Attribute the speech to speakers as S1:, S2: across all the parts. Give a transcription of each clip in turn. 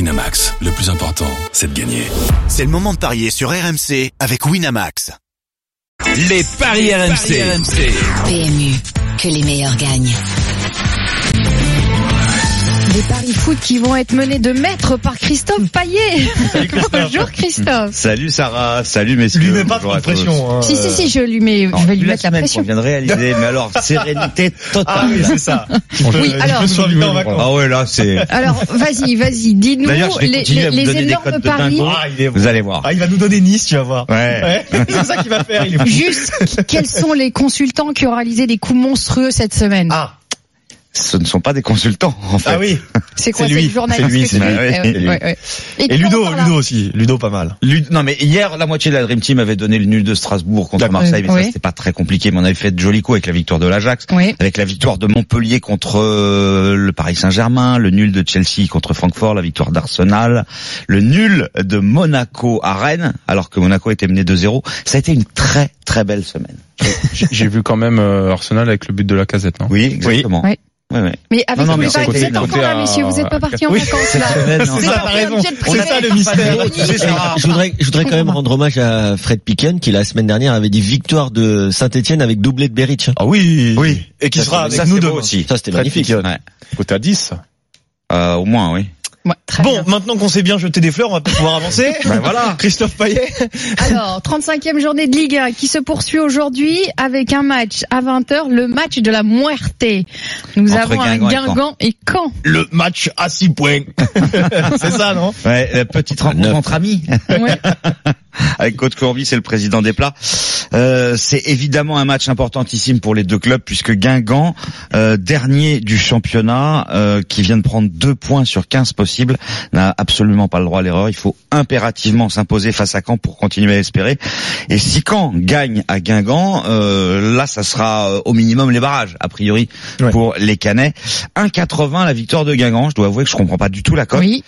S1: Winamax, le plus important, c'est de gagner.
S2: C'est le moment de parier sur RMC avec Winamax.
S3: Les paris RMC.
S4: PMU, que les meilleurs gagnent.
S5: Des paris foot qui vont être menés de maître par Christophe Payet. Bonjour Christophe.
S6: Salut Sarah, salut messieurs.
S7: Lui met pas
S6: Bonjour
S7: trop de
S6: à tous.
S7: pression. hein.
S5: Si, si, si, je lui mets,
S6: Alors,
S5: je vais lui
S6: plus
S5: mettre la
S6: semaine qu'on
S5: pression.
S6: vient de réaliser, mais alors sérénité
S7: Ah
S6: totale.
S7: oui, c'est ça.
S5: Oui, alors-
S7: Je suis en vacances.
S6: Ah ouais, là c'est.
S5: Alors, vas-y, vas-y, dis-nous
S6: D'ailleurs, je vais
S5: les,
S6: continuer
S5: les-
S6: à vous
S5: les
S6: donner des
S5: énormes
S6: codes de
S5: paris.
S6: dingo.
S7: Ah, il est bon.
S6: Vous allez voir.
S7: Ah, il va nous donner Nice, tu vas voir.
S6: Ouais.
S7: c'est ça qu'il va faire. Il est fou.
S5: Juste, quels sont les consultants qui ont réalisé des coups monstrueux cette semaine
S7: Ah,
S6: Ce ne sont pas des consultants en fait.
S7: ah oui.
S5: C'est quoi
S7: c'est
S5: cette
S7: lui,
S5: journaliste
S7: c'est lui,
S5: que
S7: c'est
S5: tu dis Eh
S6: lui, ouais, c'est lui.
S5: ouais.
S7: Et
S5: tu en
S7: Ludo,
S5: parles là.
S7: Oh, Ludo aussi. Ludo, pas mal.
S6: Lud- Non mais hier, la moitié de la Dream Team avait donné le nul de Strasbourg contre
S7: D'accord.
S6: Marseille, mais
S5: Oui.
S6: ça c'était pas très compliqué. Mais on avait fait de jolis coups avec la victoire de l'Ajax,
S5: Oui.
S6: avec la victoire de Montpellier contre euh, le Paris Saint-Germain, le nul de Chelsea contre Francfort, la victoire d'Arsenal, le nul de Monaco à Rennes, alors que Monaco était mené 2-0. Ça a été une très très belle semaine.
S8: J'ai j'ai vu quand même euh, Arsenal avec le but de la casette, non
S6: Oui, exactement.
S5: Oui.
S6: Ouais, ouais.
S5: Mais avec
S6: Non, non, mais
S5: vous,
S6: c'est
S5: vous
S6: côté-
S5: êtes encore
S8: côté
S5: là,
S8: à-
S5: messieurs, vous n'êtes pas partis en
S6: Oui,
S5: vacances
S6: cette
S5: là.
S6: semaine,
S5: Vous
S6: non.
S5: êtes
S7: Ça,
S5: partis
S7: t'as
S5: en
S7: raison.
S5: jet
S7: On
S5: privé.
S7: a pas le mystère. Tu sais, Sarah.
S9: Je voudrais, je voudrais quand même rendre hommage à Fred Piquen qui la semaine dernière avait dit victoire de Saint-Etienne avec doublé de Beric.
S7: Ah oui.
S6: Oui.
S7: Et qui
S6: Ça,
S7: sera
S6: c'est-
S7: avec
S6: ça,
S7: nous
S6: c'est
S7: deux
S6: beau aussi.
S9: Ça c'était
S6: Très
S9: magnifique.
S6: piquant. Ouais.
S8: Côté à 10.
S6: Euh, au moins, oui.
S5: Ouais, très
S7: Bon,
S5: bien.
S7: maintenant qu'on s'est bien jeté des fleurs, on va peut-être pouvoir avancer.
S6: Ben voilà.
S7: Christophe Payet.
S5: Alors, 35e journée de Ligue 1 qui se poursuit aujourd'hui avec un match à 20h, le match de la muerte. Nous
S6: Entre
S5: avons un
S6: Guingamp et
S5: Guingamp et Caen.
S7: Le match à 6 points. c'est ça, non?
S6: Ouais, la petite
S8: Ah,
S6: rencontre entre amis
S5: Ouais.
S6: avec Côte Courbis et le président des plats. Euh, c'est évidemment un match importantissime pour les deux clubs puisque Guingamp, euh, dernier du championnat, euh, qui vient de prendre deux points sur 15 possibles, n'a absolument pas le droit à l'erreur. Il faut impérativement s'imposer face à Caen pour continuer à espérer. Et si Caen gagne à Guingamp, euh, là, ça sera euh, au minimum les barrages, a priori,
S7: Ouais.
S6: pour les Canets. 1,80 la victoire de Guingamp. Je dois avouer que je comprends pas du tout la cote.
S5: Oui.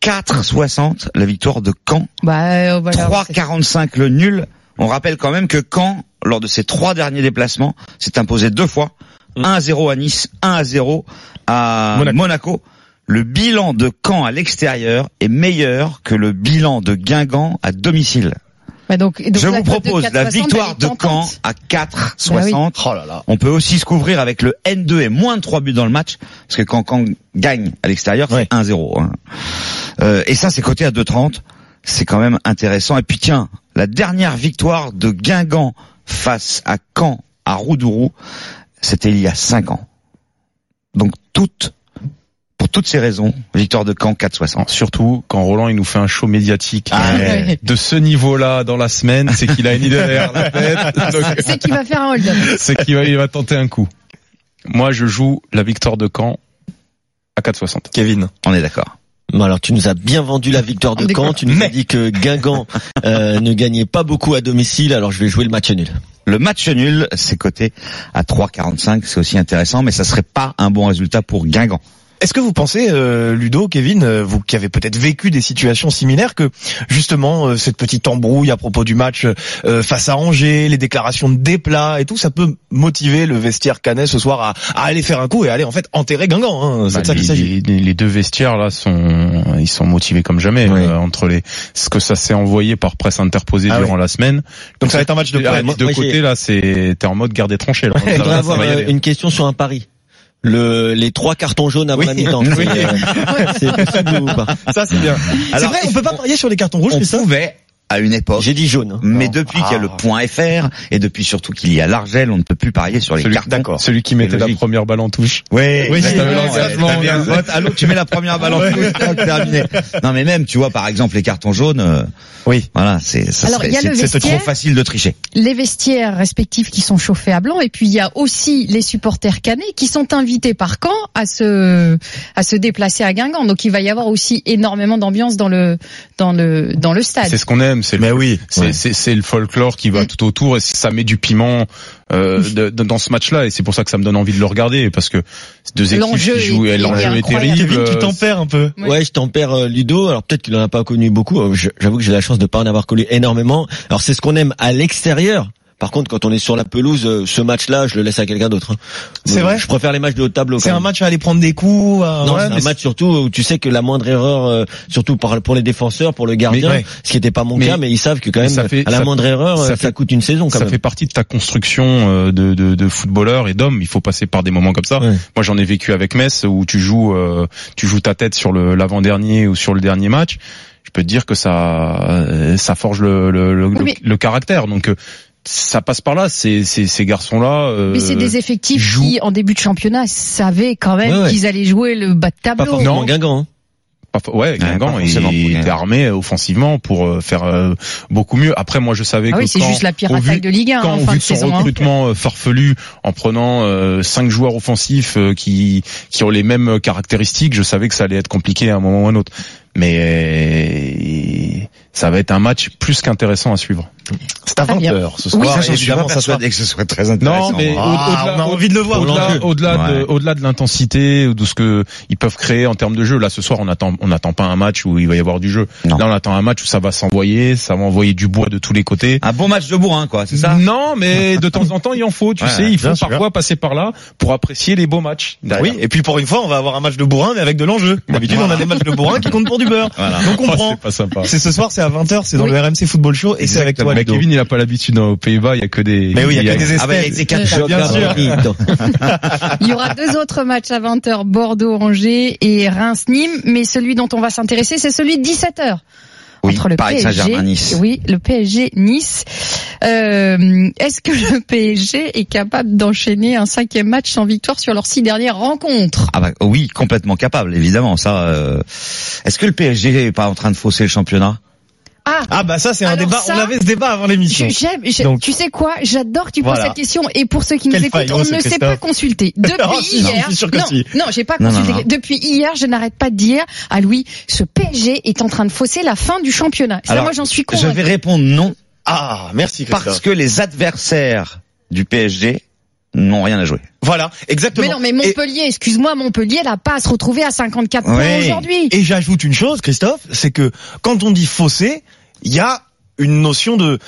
S6: 4,60 la victoire de Caen.
S5: Bah, euh, voilà.
S6: 3,45 le nul. On rappelle quand même que Caen, lors de ses trois derniers déplacements, s'est imposé deux fois. 1-0 à Nice, 1-0 à Monaco.
S8: Monaco.
S6: Le bilan de Caen à l'extérieur est meilleur que le bilan de Guingamp à domicile.
S5: Bah donc, donc
S6: Je
S5: la
S6: vous
S5: cote de
S6: propose la
S5: 4,60,
S6: victoire
S5: elle est
S6: de Caen
S5: tentante. Bah
S6: à 4,60.
S7: Oh là là.
S6: On peut aussi se couvrir avec le N2 et moins de 3 buts dans le match, parce que quand Caen gagne à l'extérieur,
S7: Ouais.
S6: c'est 1-0. hein. Euh, et ça, c'est coté à 2,30. C'est quand même intéressant. Et puis tiens, la dernière victoire de Guingamp face à Caen à Roudourou, c'était il y a 5 ans. Donc toutes, pour toutes ces raisons, victoire de Caen 4,60.
S8: Surtout quand Roland il nous fait un show médiatique
S6: Ah
S8: euh,
S5: ouais.
S8: de ce niveau-là dans la semaine, c'est qu'il a une idée derrière la tête. Donc,
S5: C'est qui va faire un hold-up.
S8: c'est qu'il va, il va tenter un coup. Moi, je joue la victoire de Caen à 4,60.
S7: Kevin.
S6: On est d'accord.
S9: Bon, alors tu nous as bien vendu la victoire
S8: Ah,
S9: de Caen, tu nous as dit que Guingamp euh, ne gagnait pas beaucoup à domicile, alors je vais jouer le match nul.
S8: Eh,
S6: Le match nul, c'est coté à 3,45. C'est aussi intéressant, mais ça serait pas un bon résultat pour Guingamp.
S7: Est-ce que vous pensez, euh, Ludo, Kevin, euh, vous qui avez peut-être vécu des situations similaires, que justement euh, cette petite embrouille à propos du match euh, face à Angers, les déclarations de Desplat et tout, ça peut motiver le vestiaire canet ce soir à, à aller faire un coup et à aller en fait enterrer Guingamp hein, C'est
S8: Bah,
S7: de ça qu'il
S8: les,
S7: s'agit.
S8: les- les- les deux vestiaires là sont, ils sont motivés comme jamais
S9: Ouais.
S8: euh, entre les ce que ça s'est envoyé par presse interposée
S7: Ah
S8: durant la semaine.
S7: Donc ça va être un match de
S8: Ah,
S7: près.
S8: des deux
S9: moi, j'ai-
S8: côtés là, c'est t'es en mode garde des tranchées. Là.
S9: Je
S7: Eh,
S8: Ça va-
S9: voudrais
S8: ça
S9: avoir
S8: va y
S9: euh,
S8: aller.
S9: une question sur un pari. Le, les trois cartons jaunes avant
S7: Oui.
S9: la mi-temps,
S7: Oui.
S9: c'est, euh, c'est possible ou pas
S7: Ça c'est bien. C'est
S6: Alors,
S7: vrai, on peut pas parier sur les cartons rouges,
S6: on
S7: mais ça.
S6: pouvait à une époque.
S9: J'ai dit jaune. hein.
S6: Mais
S7: Non.
S6: depuis qu'il y a le
S7: Ah.
S6: point FR et depuis surtout qu'il y a l'argel, on ne peut plus parier sur les
S8: Celui-
S6: cartons.
S7: d'accord.
S8: Celui qui mettait la
S6: logique.
S8: première balle en touche.
S6: Ouais,
S7: Oui,
S6: exactement,
S7: t'avais
S8: l'engagement,
S6: ouais, t'avais un
S8: ouais.
S6: vote. Allô, tu mets la première balle en touche, tac, terminé. Non mais même, tu vois, par exemple, les cartons jaunes. euh,
S7: Oui.
S6: Voilà, c'est ça
S5: Alors,
S6: serait-
S5: il y a le
S6: c'est- c'est trop
S5: vestiaire.
S6: facile de tricher.
S5: Les vestiaires respectifs qui sont chauffés à blanc et puis il y a aussi les supporters canets qui sont invités par Caen à se à se déplacer à Guingamp. Donc il va y avoir aussi énormément d'ambiance dans le dans le dans le stade.
S8: C'est ce qu'on aime, c'est le
S7: Mais oui.
S8: C'est c'est- c'est le folklore qui
S5: Mm.
S8: va tout autour et ça met du piment euh, de- de- dans ce match-là et c'est pour ça que ça me donne envie de le regarder parce que ces deux équipes
S5: L'enjeu
S8: qui jouent
S5: est-
S8: et l'enjeu
S5: est
S8: est
S5: incroyable.
S8: terrible. euh,
S7: Kevin, tu t'en perds un peu.
S5: Ouais.
S9: Ouais, je tempère euh, Ludo. Alors peut-être qu'il en a pas connu beaucoup. Euh, je- J'avoue que j'ai la chance de pas en avoir connu énormément. Alors c'est ce qu'on aime à l'extérieur. Par contre, quand on est sur la pelouse, euh, ce match-là, je le laisse à quelqu'un d'autre. hein.
S7: C'est
S9: Euh,
S7: vrai
S9: Je préfère les matchs de haut de tableau.
S7: C'est
S9: quand
S7: un
S9: même.
S7: match à aller prendre des coups. à-
S9: Non,
S7: ouais,
S9: c'est
S7: mais
S9: un match surtout où tu sais que la moindre erreur, euh, surtout par- pour les défenseurs, pour le gardien,
S7: Mais- ouais.
S9: ce qui n'était pas mon
S8: Mais-
S9: cas, mais ils savent que quand
S8: mais
S9: même,
S8: ça fait-
S9: à la
S8: ça-
S9: moindre erreur,
S8: ça
S9: euh, ça,
S8: fait-
S9: coûte une saison quand
S8: ça
S9: même.
S8: fait partie de ta construction euh, de, de, de footballeur et d'homme. Il faut passer par des moments comme ça.
S9: Ouais.
S8: Moi, j'en ai vécu avec Metz où tu joues, euh, tu joues ta tête sur le l'avant-dernier ou sur le dernier match. Je peux te dire que ça, euh, ça forge le, le, le,
S5: Oui, mais-
S8: le- le caractère. Donc, euh, ça passe par là. Ces, ces, ces garçons-là. euh,
S5: Mais c'est des effectifs
S8: joue-
S5: qui, en début de championnat, savaient quand même
S9: Ouais, ouais.
S5: qu'ils allaient jouer le bas de
S9: Pas
S5: tableau.
S9: forcément Guingamp. hein.
S8: Pas fo- ouais, Guingamp,
S6: pas
S8: il
S6: forcément, pour
S8: était
S6: Guingamp.
S8: armé offensivement pour euh, faire euh, beaucoup mieux. Après, moi, je savais
S5: Ah
S8: que
S5: oui, c'est
S8: quand-
S5: juste la pire
S8: au vu-
S5: attaque de Ligue 1
S8: quand
S5: en
S8: au
S5: fin
S8: vu
S5: de
S8: de son
S5: saison. hein.
S8: recrutement euh, farfelu en prenant euh, cinq joueurs offensifs euh, qui qui ont les mêmes caractéristiques, je savais que ça allait être compliqué à un moment ou à un autre. Mais euh, ça va être un match plus qu'intéressant à suivre.
S7: C'est à
S5: Très bien.
S7: 20h ce
S5: Oui.
S7: soir.
S6: ça, j'en suis pas
S7: évidemment, ça sera-
S6: persuadé que ce soit très intéressant.
S8: Non, mais
S6: moi.
S7: Ah,
S8: au-delà-
S7: on a
S8: au-
S7: envie de le voir.
S8: Au-delà,
S7: l'enjeu.
S8: au-delà de,
S6: Ouais.
S8: au-delà de l'intensité, ou de ce que ils peuvent créer en termes de jeu. Là, ce soir, on attend, on n'attend pas un match où il va y avoir du jeu.
S6: Non.
S8: Là, on attend un match où ça va s'envoyer, ça va envoyer du bois de tous les côtés.
S6: Un bon match de bourrin, quoi, c'est ça
S8: Non, mais de temps en temps, il en faut. Tu
S6: Ouais,
S8: sais, il faut
S7: bien sûr.
S8: parfois passer par là pour apprécier les beaux matchs.
S6: Bah
S7: Oui, et puis pour une fois, on va avoir un match de bourrin, mais avec de l'enjeu. D'habitude, on a des matchs de bourrin qui comptent pour du beurre.
S6: Voilà.
S7: Donc on
S8: Oh,
S7: prend.
S8: c'est pas sympa.
S7: C'est ce soir, c'est à 20h, c'est dans le RMC Football Show, et c'est avec toi,
S8: Mais
S7: Ludo.
S8: Kevin, il a pas l'habitude hein, aux Pays-Bas, il y a que des.
S7: Mais oui, il y a que des
S6: Ah, bah, avec
S7: espèces.
S6: ses quatre
S9: Choc
S7: bien
S9: à
S7: sûr.
S9: Paris, attends.
S5: Il y aura deux autres matchs à 20h, Bordeaux-Angers et Reims-Nîmes, mais celui dont on va s'intéresser, c'est celui de 17h.
S6: Oui,
S5: entre le
S6: Paris
S5: PSG,
S6: Saint-Germain-Nice.
S5: oui, le PSG Nice. Euh, Est-ce que le PSG est capable d'enchaîner un cinquième match sans victoire sur leurs six dernières rencontres
S6: Ah bah, oui, complètement capable, évidemment. Ça. euh, Est-ce que le PSG est pas en train de fausser le championnat
S5: Ah,
S7: Ah bah ça, c'est un
S5: Alors
S7: débat.
S5: ça-
S7: on avait ce débat avant
S5: Je-
S7: l'émission.
S5: J'aime. je-
S7: Donc-
S5: tu sais quoi J'adore que tu poses
S7: Voilà.
S5: cette question. Et pour ceux qui nous
S7: Quel
S5: écoutent,
S7: faillot,
S5: on
S7: ce
S5: ne s'est
S7: Christophe.
S5: pas consulté depuis
S7: Oh, si,
S5: hier.
S7: je suis sûr que
S5: non,
S7: si.
S5: non, j'ai pas
S6: Non, non,
S5: consulté.
S6: non.
S5: Depuis hier, je n'arrête pas de dire à Louis ce PSG est en train de fausser la fin du championnat. Ça,
S6: Alors,
S5: moi, j'en suis
S6: Je
S5: convaincu.
S6: vais répondre non
S7: Ah, merci
S6: parce
S7: Christophe.
S6: que les adversaires du PSG n'ont rien à jouer.
S7: Voilà, exactement.
S5: Mais non, mais
S7: Et-
S5: Montpellier, excuse-moi, Montpellier n'a pas à se retrouver à 54 points
S6: Ouais.
S5: aujourd'hui.
S7: Et j'ajoute une chose, Christophe, c'est que quand on dit fausser, il y a une notion de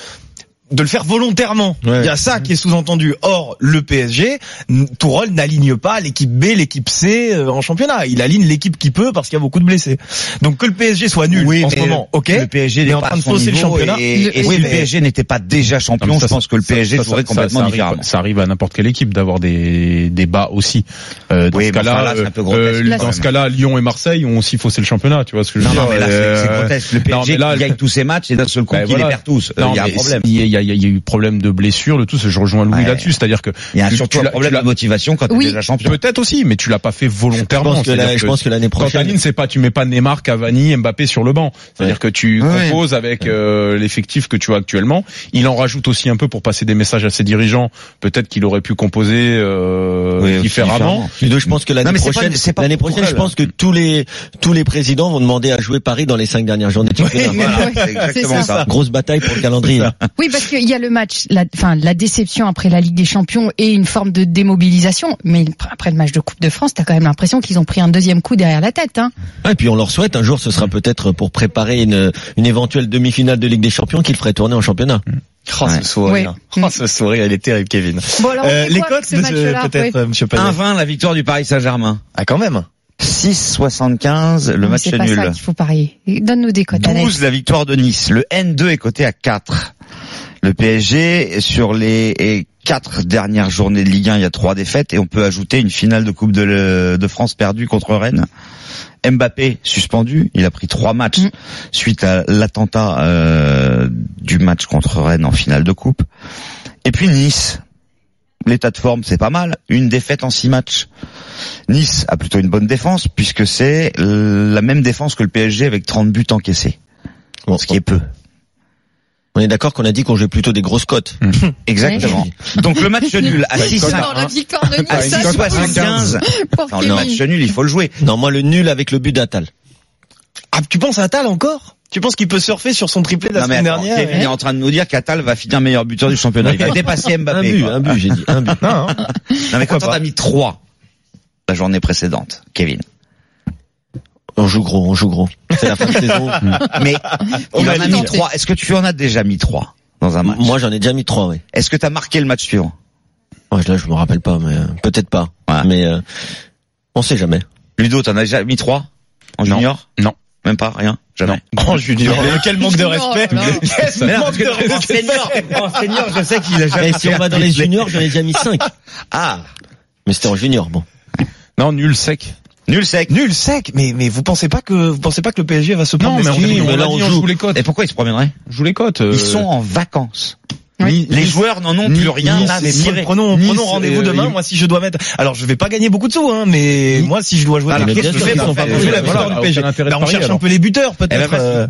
S7: de le faire volontairement. Il
S9: Ouais.
S7: y a ça qui est sous-entendu. Or, le PSG, n- Tourol n'aligne pas l'équipe B, l'équipe C euh, en championnat. Il aligne l'équipe qui peut parce qu'il y a beaucoup de blessés. Donc que le PSG soit nul en ce
S6: mais
S7: moment, ok.
S6: Le PSG n'est
S7: Mais en
S6: pas
S7: train
S6: à
S7: de
S6: son
S7: fausser le
S6: niveau
S7: championnat.
S6: Et, et
S5: Le-
S6: si
S5: oui,
S6: le
S5: mais-
S6: PSG n'était pas déjà
S8: Non,
S6: champion,
S8: mais ça,
S6: je pense que le
S8: ça,
S6: PSG
S8: ça,
S6: jouerait
S8: ça,
S6: complètement
S8: ça arrive- hein.
S6: différemment.
S8: Ça arrive à n'importe quelle équipe d'avoir des, des bas aussi. Euh, dans
S6: Oui,
S8: ce
S6: mais enfin,
S8: cas-là,
S6: là, c'est un peu
S8: euh,
S6: grotesque,
S8: euh,
S5: quand
S8: dans
S6: même.
S8: ce cas-là, Lyon et Marseille ont aussi faussé le championnat. Tu vois ce que je veux
S6: Non,
S8: dire
S6: non, mais là, c'est- c'est
S8: Euh,
S6: grotesque. Le
S8: non, mais
S6: PSG
S8: là,
S6: qui gagne tous ses matchs et d'un seul coup,
S8: Ben
S6: qui
S8: voilà.
S6: les perd tous. Euh,
S8: Non,
S6: Il y a un
S8: mais
S6: problème.
S8: Il y a, il y a- il y a eu problème de blessure, le tout. Je rejoins Louis
S6: Ouais.
S8: là-dessus, c'est-à-dire que
S6: Il y a
S8: tu-
S6: surtout
S8: tu
S6: un
S8: l'as- tu
S6: problème
S8: l'as-
S6: de motivation quand tu es
S5: Oui.
S6: déjà champion.
S8: peut-être aussi, mais tu l'as pas fait
S9: Je
S8: volontairement.
S9: pense que
S8: c'est-à-dire
S9: la- je
S8: que
S9: pense que l'année
S8: quand
S9: prochaine.
S8: t'alignes, c'est pas tu mets pas Neymar, Cavani, Mbappé sur le banc. C'est-à-dire que tu
S6: Ouais.
S8: composes avec euh, l'effectif que tu as actuellement. Il en rajoute aussi un peu pour passer des messages à ses dirigeants. Peut-être qu'il aurait pu composer euh,
S6: Oui, aussi
S8: différemment.
S9: Ludo, je pense que l'année
S6: Non, mais c'est pas-
S9: prochaine,
S6: c'est pas
S9: l'année
S6: pour
S9: prochaine, je
S6: elle.
S9: pense que tous les tous les présidents vont demander à jouer Paris dans les cinq dernières journées. de championnat.
S6: Voilà,
S5: Ouais,
S6: c'est exactement
S5: c'est
S6: ça.
S9: Grosse bataille pour le calendrier.
S5: Oui, parce qu'il y a le match, la, enfin la déception après la Ligue des Champions et une forme de démobilisation. Mais après le match de Coupe de France, t'as quand même l'impression qu'ils ont pris un deuxième coup derrière la tête. Hein.
S9: Ah, et puis on leur souhaite un jour, ce sera peut-être pour préparer une, une éventuelle demi-finale de Ligue des Champions qu'ils ferait tourner en championnat.
S7: Oh,
S6: Ouais.
S7: ce sourire.
S5: Ouais.
S7: Oh, ce sourire, il est terrible, Kevin.
S5: Mm. Bon, alors, on
S7: Euh,
S5: fait
S7: les
S5: quoi avec
S7: cotes,
S5: ce
S7: monsieur,
S5: match-là
S7: peut-être,
S5: ouais.
S7: euh, monsieur Payet.
S6: 1-20 la victoire du Paris Saint-Germain.
S7: Ah, quand même.
S6: 6-75 le
S5: Non,
S6: match
S5: C'est pas ça
S6: nul.
S5: qu'il faut parier. Donne-nous des cotes, Alex.
S6: 12 la victoire de Nice. Le N2 est coté à 4. Le PSG sur les 4 dernières journées de Ligue 1, il y a 3 défaites et on peut ajouter une finale de Coupe de, le- de France perdue contre Rennes. Mbappé suspendu, il a pris 3 matchs
S5: Mm.
S6: suite à l'attentat euh, du match contre Rennes en finale de coupe. Et puis Nice. L'état de forme, c'est pas mal. Une défaite en 6 matchs. Nice a plutôt une bonne défense puisque c'est euh, la même défense que le PSG avec 30 buts encaissés,
S9: Bon,
S6: ce qui est peu.
S9: On est d'accord qu'on a dit qu'on jouait plutôt des grosses cotes.
S6: Exactement. Donc le match nul à 6
S5: Non, la victoire de
S6: à
S5: Nice, ça
S6: 6,75.
S5: pour
S6: Enfin, le match
S5: Kevin.
S6: nul, il faut le jouer.
S9: Non, moi le nul avec le but d'Atal.
S7: Ah, tu penses à Tal encore? Tu penses qu'il peut surfer sur son triplé de la
S6: Non, mais
S7: semaine
S6: attends,
S7: dernière?
S6: Kevin est en train de nous dire qu'Atal va finir meilleur buteur du championnat. Il va dépasser
S9: Un
S6: Mbappé.
S9: but,
S6: quoi.
S9: un but, j'ai dit. Un but.
S7: Non, hein.
S6: Non mais quand
S7: Pourquoi
S6: t'as mis 3 la journée précédente, Kevin.
S9: On joue gros,
S6: Mm.
S9: on joue gros. C'est la fin de saison.
S6: Mais
S5: On
S6: il
S5: va
S6: en a
S5: le
S6: mis
S5: tenter.
S6: 3. Est-ce que tu en as déjà mis 3 dans un match.
S9: Moi, j'en ai déjà mis trois, oui.
S6: Est-ce que t'as marqué le match suivant
S9: Ouais, là, je me rappelle pas, mais euh, peut-être pas.
S6: Ouais.
S9: Mais euh, on sait jamais.
S6: Ludo, t'en as déjà mis trois en
S8: Non.
S6: junior
S8: Non.
S6: Même pas, rien, jamais.
S7: Oh, Junior. Mais quel manque de respect.
S5: Oh là là.
S7: Quel
S6: Mais non,
S7: manque de
S6: parce que-
S7: respect.
S6: en senior, je sais qu'il a
S9: Et si on va dans les juniors, j'en ai déjà mis cinq.
S6: Ah,
S9: Mais c'était en junior, bon.
S8: Non, nul sec.
S6: nul sec.
S7: Nul sec. Mais mais vous pensez pas que vous pensez pas que le PSG va se prendre
S8: Non, mais on,
S7: des-
S9: mais
S8: on,
S9: là,
S8: l'a
S9: on
S8: dit, on
S9: joue.
S8: joue les cotes.
S6: Et pourquoi ils se promèneraient
S8: On joue les cotes. euh,
S6: Eh, Ils sont en vacances.
S5: Oui.
S6: Les joueurs n'en ont
S8: Ni-
S6: plus rien
S8: ni-
S6: à
S8: ni-
S6: cirer.
S7: Prenons,
S8: Nice,
S7: prenons rendez-vous
S8: euh,
S7: demain.
S8: il-
S7: Moi, si je dois mettre, alors je vais pas gagner beaucoup de sous, hein, mais moi, si je dois jouer,
S6: Ah,
S7: dans
S6: mais
S7: les
S6: bien
S7: pièces,
S6: sûr,
S7: je vais
S6: mais
S7: en
S6: enfin,
S7: faveur de
S6: voilà,
S7: la victoire
S8: Eh, aucun
S7: du PSG.
S8: intérêt de
S7: Bah, on
S8: parier,
S7: cherche un
S8: alors.
S7: peu les buteurs,
S6: Eh ben,
S7: peut-être.
S6: vas-y.
S7: euh,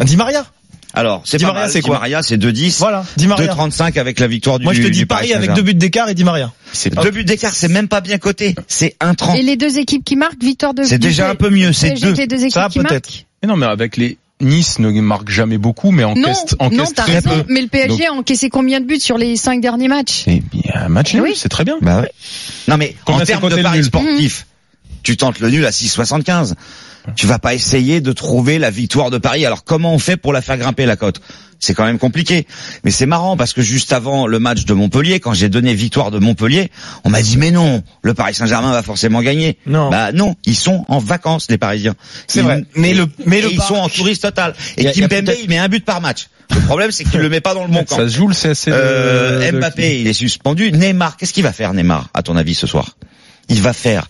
S7: un Di Maria,
S6: Alors, c'est
S7: Di
S6: pas
S7: Maria,
S6: mal.
S7: c'est
S6: Di
S7: quoi
S6: Maria, c'est 2-10.
S7: voilà, Di Maria.
S6: 2-35 avec la victoire du
S7: Moi, je te dis
S6: du
S7: Paris
S6: Paris
S7: avec deux buts d'écart et Di Maria.
S8: c'est
S6: Deux buts d'écart, c'est même pas bien coté. C'est
S5: Et
S6: 1-30.
S5: les deux équipes qui marquent, victoire de.
S6: C'est déjà un peu mieux, c'est
S5: PSG,
S6: deux.
S5: les deux équipes
S7: Ça,
S5: qui
S7: peut-être.
S5: marquent.
S8: Mais non, mais avec les Nice ne marque jamais beaucoup, mais
S5: Non,
S8: encaisse,
S5: non,
S8: encaisse
S5: t'as
S8: très
S5: raison.
S8: peu.
S5: Mais le PSG a encaissé combien de buts sur les cinq derniers matchs
S8: C'est bien, un match nul,
S5: Eh Oui.
S8: c'est très bien.
S6: Bah ouais. Non mais
S8: Combien
S6: en
S8: c'est
S6: termes
S8: coté
S6: de
S8: le
S6: paris
S8: nul
S6: sportif, tu tentes le nul à 6,75. Tu vas pas essayer de trouver la victoire de Paris. Alors comment on fait pour la faire grimper la cote C'est quand même compliqué. Mais c'est marrant parce que juste avant le match de Montpellier, quand j'ai donné victoire de Montpellier, on m'a dit mais non, le Paris Saint-Germain va forcément gagner.
S7: Non.
S6: Bah non, ils sont en vacances les Parisiens.
S7: C'est
S6: Ils-
S7: vrai. Mais le- mais
S6: et
S7: le
S6: ils
S7: Parc-
S6: sont en touriste total. Et
S9: Y a- y a
S6: Kimpembe,
S9: peut-être-
S6: il met un but par match. Le problème c'est qu'il le met pas dans le bon camp.
S8: Ça se joue le CSC. de-
S6: Euh,
S8: de-
S6: Mbappé, il est suspendu. Neymar, qu'est-ce qu'il va faire Neymar, à ton avis, ce soir Il va faire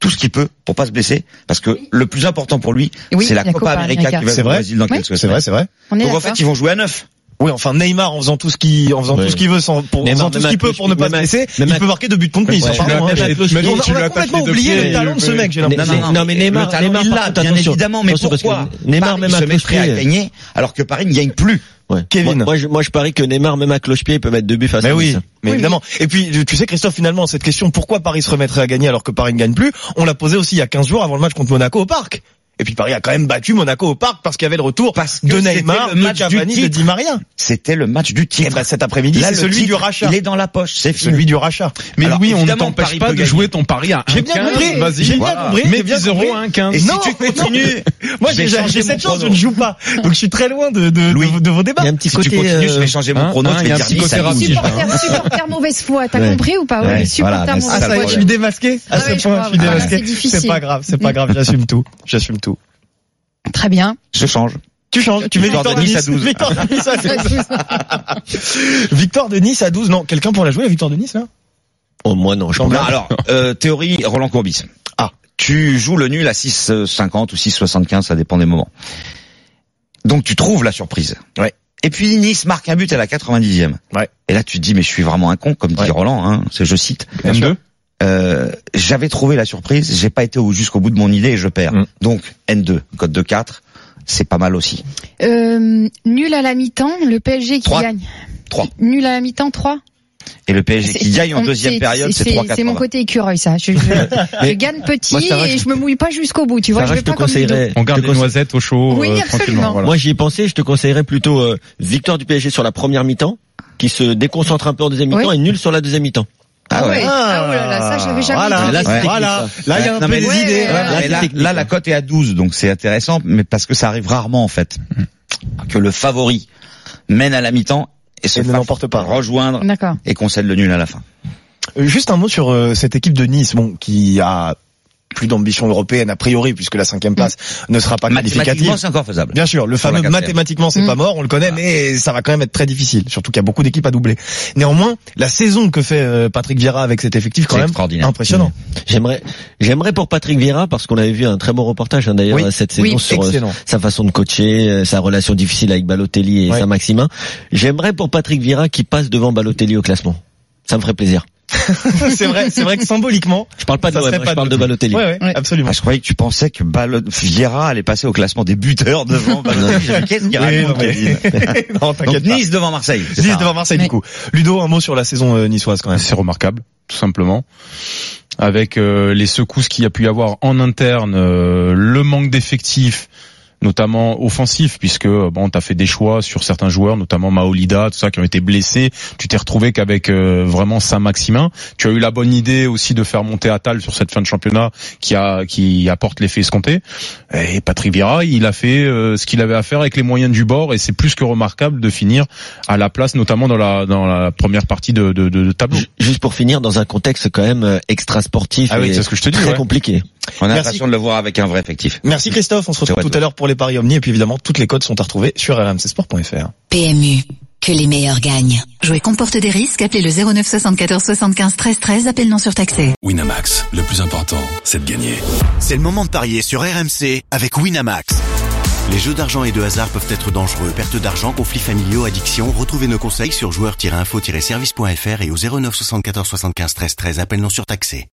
S6: tout ce qu'il peut pour pas se blesser, parce que le plus important pour lui,
S5: Oui,
S6: c'est la, Copa América qui va
S7: C'est
S6: jouer au
S7: vrai
S6: Brésil dans quelques
S7: C'est vrai,
S6: semaines.
S7: c'est vrai.
S5: On est
S6: Donc en
S5: d'accord. hein.
S6: fait, ils vont jouer à neuf.
S7: Oui, enfin Neymar en faisant tout ce qui, en faisant
S9: Ouais.
S7: tout ce qu'il veut, sans, pour, en
S9: Neymar,
S7: faisant tout ce
S9: même
S7: qu'il
S9: à
S7: peut
S9: cloche-
S7: pour ne pas se
S9: même à-
S7: blesser,
S9: même
S7: il
S9: à-
S7: peut marquer deux buts contre lui.
S9: Ouais,
S7: sans
S9: tu
S7: pardon,
S9: lui
S7: hein.
S9: attaches les-
S7: On
S9: même
S8: si tu lui
S7: a- on a
S8: attaches
S7: complètement
S8: les deux
S7: oublié
S8: pieds,
S7: le talent de ce
S8: il
S7: mec. j'ai l'impression.
S6: non, non, non,
S9: mais
S6: mais
S9: Neymar,
S6: le talent,
S9: Neymar,
S6: il
S9: par
S6: l'a,
S9: contre,
S6: bien
S9: attention.
S6: évidemment, mais
S9: Attention, parce que
S6: pourquoi
S9: Neymar,
S6: Paris
S9: même à
S6: se
S9: cloche
S6: mettrait à
S9: pied.
S6: gagner, alors que Paris ne gagne plus.
S9: Ouais.
S7: Kevin.
S9: Moi, moi, je, moi, je parie que Neymar, même à cloche-pied, il peut mettre deux buts face
S7: Mais
S9: à
S7: oui, Bah,
S9: Nice.
S7: mais évidemment. Et puis, tu sais, Christophe, finalement, cette question, pourquoi Paris se remettrait à gagner alors que Paris ne gagne plus, on l'a posée aussi il y a 15 jours avant le match contre Monaco au Parc. Et puis Paris a quand même battu Monaco au Parc parce qu'il y avait le retour
S6: Parce que
S7: de
S6: c'était
S7: Neymar,
S6: le
S7: de
S6: match du
S7: Cavani, de
S6: titre.
S7: Di Maria.
S6: C'était le match du
S7: Et
S6: titre.
S7: ben cet après-midi,
S6: Là,
S7: c'est
S6: le
S7: celui
S6: titre,
S7: du rachat.
S6: Il est dans la poche, c'est fini.
S7: Celui du rachat.
S8: Mais
S6: Alors,
S8: oui, on ne
S6: évidemment, Paris
S8: t'empêche pas
S6: peut
S8: de
S6: gagner.
S8: jouer ton pari à 1,15.
S7: J'ai bien compris,
S8: Vas-y,
S7: j'ai bien
S8: Voilà.
S7: compris,
S8: Mets
S7: j'ai bien
S8: 10 euros
S7: compris.
S8: à
S6: Et
S8: 1,15.
S6: si
S7: Non,
S6: tu
S7: mais non.
S6: continues,
S7: Moi,
S6: je
S7: j'ai
S6: vais changer
S7: j'ai
S6: mon
S7: cette chance, je
S6: prono.
S7: ne joue pas. Donc je suis très loin de, de, de, de vos débats.
S9: Il y a un petit
S6: si
S9: côté,
S6: tu continues, je
S9: euh,
S6: vais changer mon
S8: hein,
S6: prono,
S8: hein,
S6: je
S8: il y a
S6: vais
S8: un
S6: dire
S8: petit
S6: dix à
S8: côté
S6: douze.
S8: rapide.
S5: Supporter, supporter mauvaise foi, t'as
S9: Ouais.
S5: compris ou pas
S6: Ouais,
S5: Oui, supporter
S6: voilà, mais
S5: mauvaise
S6: ça,
S5: foi.
S6: le
S7: Ouais, je suis démasqué. À
S5: Ah
S7: ce
S5: ouais, je
S7: point,
S5: vois,
S7: je suis
S5: voilà,
S7: démasqué.
S5: c'est difficile.
S7: pas grave, c'est pas grave, j'assume tout. J'assume tout.
S5: Très bien.
S6: Je change.
S7: Tu changes, tu mets
S6: Victoire
S7: victoire de
S6: de Nice
S7: Nice
S6: à 12.
S7: Victoire de Nice à 12. Victoire de Nice à 12. Non, quelqu'un pour la jouer, la victoire de Nice, là?
S9: Oh, moi, non, je
S6: Non,
S9: pense pas.
S6: alors, euh, théorie Roland Courbis.
S7: Ah.
S6: Tu joues le nul à 6,50 ou 6,75, ça dépend des moments. Donc tu trouves la surprise.
S7: Ouais.
S6: Et puis Nice marque un but à la 90e.
S7: Ouais.
S6: Et là tu te dis mais je suis vraiment un con, comme dit
S7: Ouais.
S6: Roland, hein, c'est- je cite.
S8: M2.
S6: Euh, J'avais trouvé la surprise, j'ai pas été au- jusqu'au bout de mon idée et je perds.
S7: Mm.
S6: Donc N2, code de 4, c'est pas mal aussi.
S5: Euh, nul à la mi-temps, le PSG qui
S6: Trois.
S5: gagne.
S6: Trois.
S5: Nul à la mi-temps, 3.
S6: Et le PSG qui gagne en deuxième période, c'est 3-4.
S5: C'est mon côté écureuil, ça. Je, je- je gagne petit
S9: Moi, ça va,
S5: et
S9: je-
S5: je me mouille pas jusqu'au bout, tu vois.
S9: Sarah,
S5: je
S9: je
S5: vais
S9: te
S5: pas comme Ludo.
S9: conseillerais.
S8: On
S9: je
S8: garde
S9: te
S8: les noisettes au chaud
S5: Oui,
S8: euh,
S5: absolument.
S8: tranquillement. voilà.
S9: Moi, j'y ai pensé, je te conseillerais plutôt euh, victoire du PSG sur la première mi-temps, qui se déconcentre un peu en deuxième mi-temps
S5: Oui.
S9: et nul sur la deuxième mi-temps.
S5: Ah ouais. Ah, oh là là, ça, j'avais jamais
S7: Voilà,
S5: vu.
S9: Là, c'est
S7: Ouais.
S9: technique,
S7: voilà.
S9: ça.
S7: Là, il y a
S6: Ouais,
S7: un
S6: non,
S7: peu
S6: mais-
S7: des
S5: Ouais,
S7: idées.
S5: ouais,
S7: Voilà.
S5: ouais.
S6: Et là, là, la cote est à 12, donc c'est intéressant, mais parce que ça arrive rarement en fait que le favori mène à la mi-temps Hmm. et se
S7: Et ne
S6: fasse
S7: l'emporte pas.
S6: rejoindre
S5: D'accord.
S6: et concède le nul à la fin.
S7: Euh, Juste un mot sur euh, cette équipe de Nice, bon, qui a plus d'ambition européenne a priori, puisque la cinquième place ne sera pas qualificative.
S6: Mathématiquement, c'est encore faisable.
S7: Bien sûr, le
S6: Sur la
S7: fameux
S6: quatrième.
S7: mathématiquement c'est
S5: Mm.
S7: pas mort, on le connaît, mais ça va quand même être très difficile. Surtout qu'il y a beaucoup d'équipes à doubler. Néanmoins, la saison que fait euh, Patrick Vieira avec cet effectif, quand
S6: C'est
S7: même,
S6: extraordinaire.
S7: impressionnant.
S9: J'aimerais, j'aimerais pour Patrick Vieira parce qu'on avait vu un très bon reportage hein, d'ailleurs
S7: Oui.
S9: cette
S5: Oui,
S9: saison sur euh,
S7: Excellent.
S9: sa façon de coacher, euh, sa relation difficile avec Balotelli et
S7: Ouais.
S9: Saint-Maximin. J'aimerais pour Patrick Vieira qu'il passe devant Balotelli au classement. Ça me ferait plaisir.
S7: c'est vrai, c'est vrai que symboliquement,
S9: Je parle pas de
S7: ça
S9: l'OM,
S7: serait
S9: hein,
S7: pas
S9: je parle de Balotelli.
S7: Ouais, ouais,
S5: Ouais.
S7: absolument.
S6: Ah, je croyais que tu pensais que Ballon... Vieira allait passer au classement des buteurs devant Balotelli. J'ai dit, Qu'est-ce qu'il
S7: Oui,
S6: raconte,
S7: non, mais-
S6: Kevin
S7: non,
S6: Donc
S7: t'inquiète pas. Nice,
S6: Nice devant Marseille. c'est ça, hein
S7: devant Marseille
S5: Mais-
S7: du coup. Ludo, un mot sur la saison euh, niçoise quand même.
S8: C'est remarquable, tout simplement. Avec euh, les secousses qu'il y a pu y avoir en interne, euh, le manque d'effectifs, notamment offensif, puisque euh, bon, t'as fait des choix sur certains joueurs, notamment Maolida, tout ça, qui ont été blessés. Tu t'es retrouvé qu'avec euh, vraiment Saint-Maximin. Tu as eu la bonne idée aussi de faire monter Atal sur cette fin de championnat, qui a qui apporte l'effet escompté. Et Patrick Vieira, il a fait euh, ce qu'il avait à faire avec les moyens du bord, et c'est plus que remarquable de finir à la place, notamment dans la dans la première partie de, de, de, de tableau.
S9: Juste pour finir, dans un contexte quand même euh, extra sportif
S8: Ah oui,
S9: et
S8: c'est ce que je te dis,
S9: très
S8: ouais.
S9: compliqué.
S6: On a
S7: Merci.
S6: l'impression de le voir avec un vrai effectif.
S7: Merci Christophe, on se retrouve
S6: Ouais,
S7: tout à
S6: ouais.
S7: l'heure pour les paris Omni et puis évidemment toutes les codes sont à retrouver sur rmcsport.fr.
S4: PMU, que les meilleurs gagnent.
S10: Jouer comporte des risques. Appelez le 09 74 75 13 13. Appel non surtaxé.
S1: Winamax, le plus important, c'est de gagner.
S2: C'est le moment de parier sur RMC avec Winamax. Les jeux d'argent et de hasard peuvent être dangereux. Perte d'argent, conflits familiaux, addiction. Retrouvez nos conseils sur joueurs-info-service.fr et au 09 74 75 13 13. Appel non surtaxé.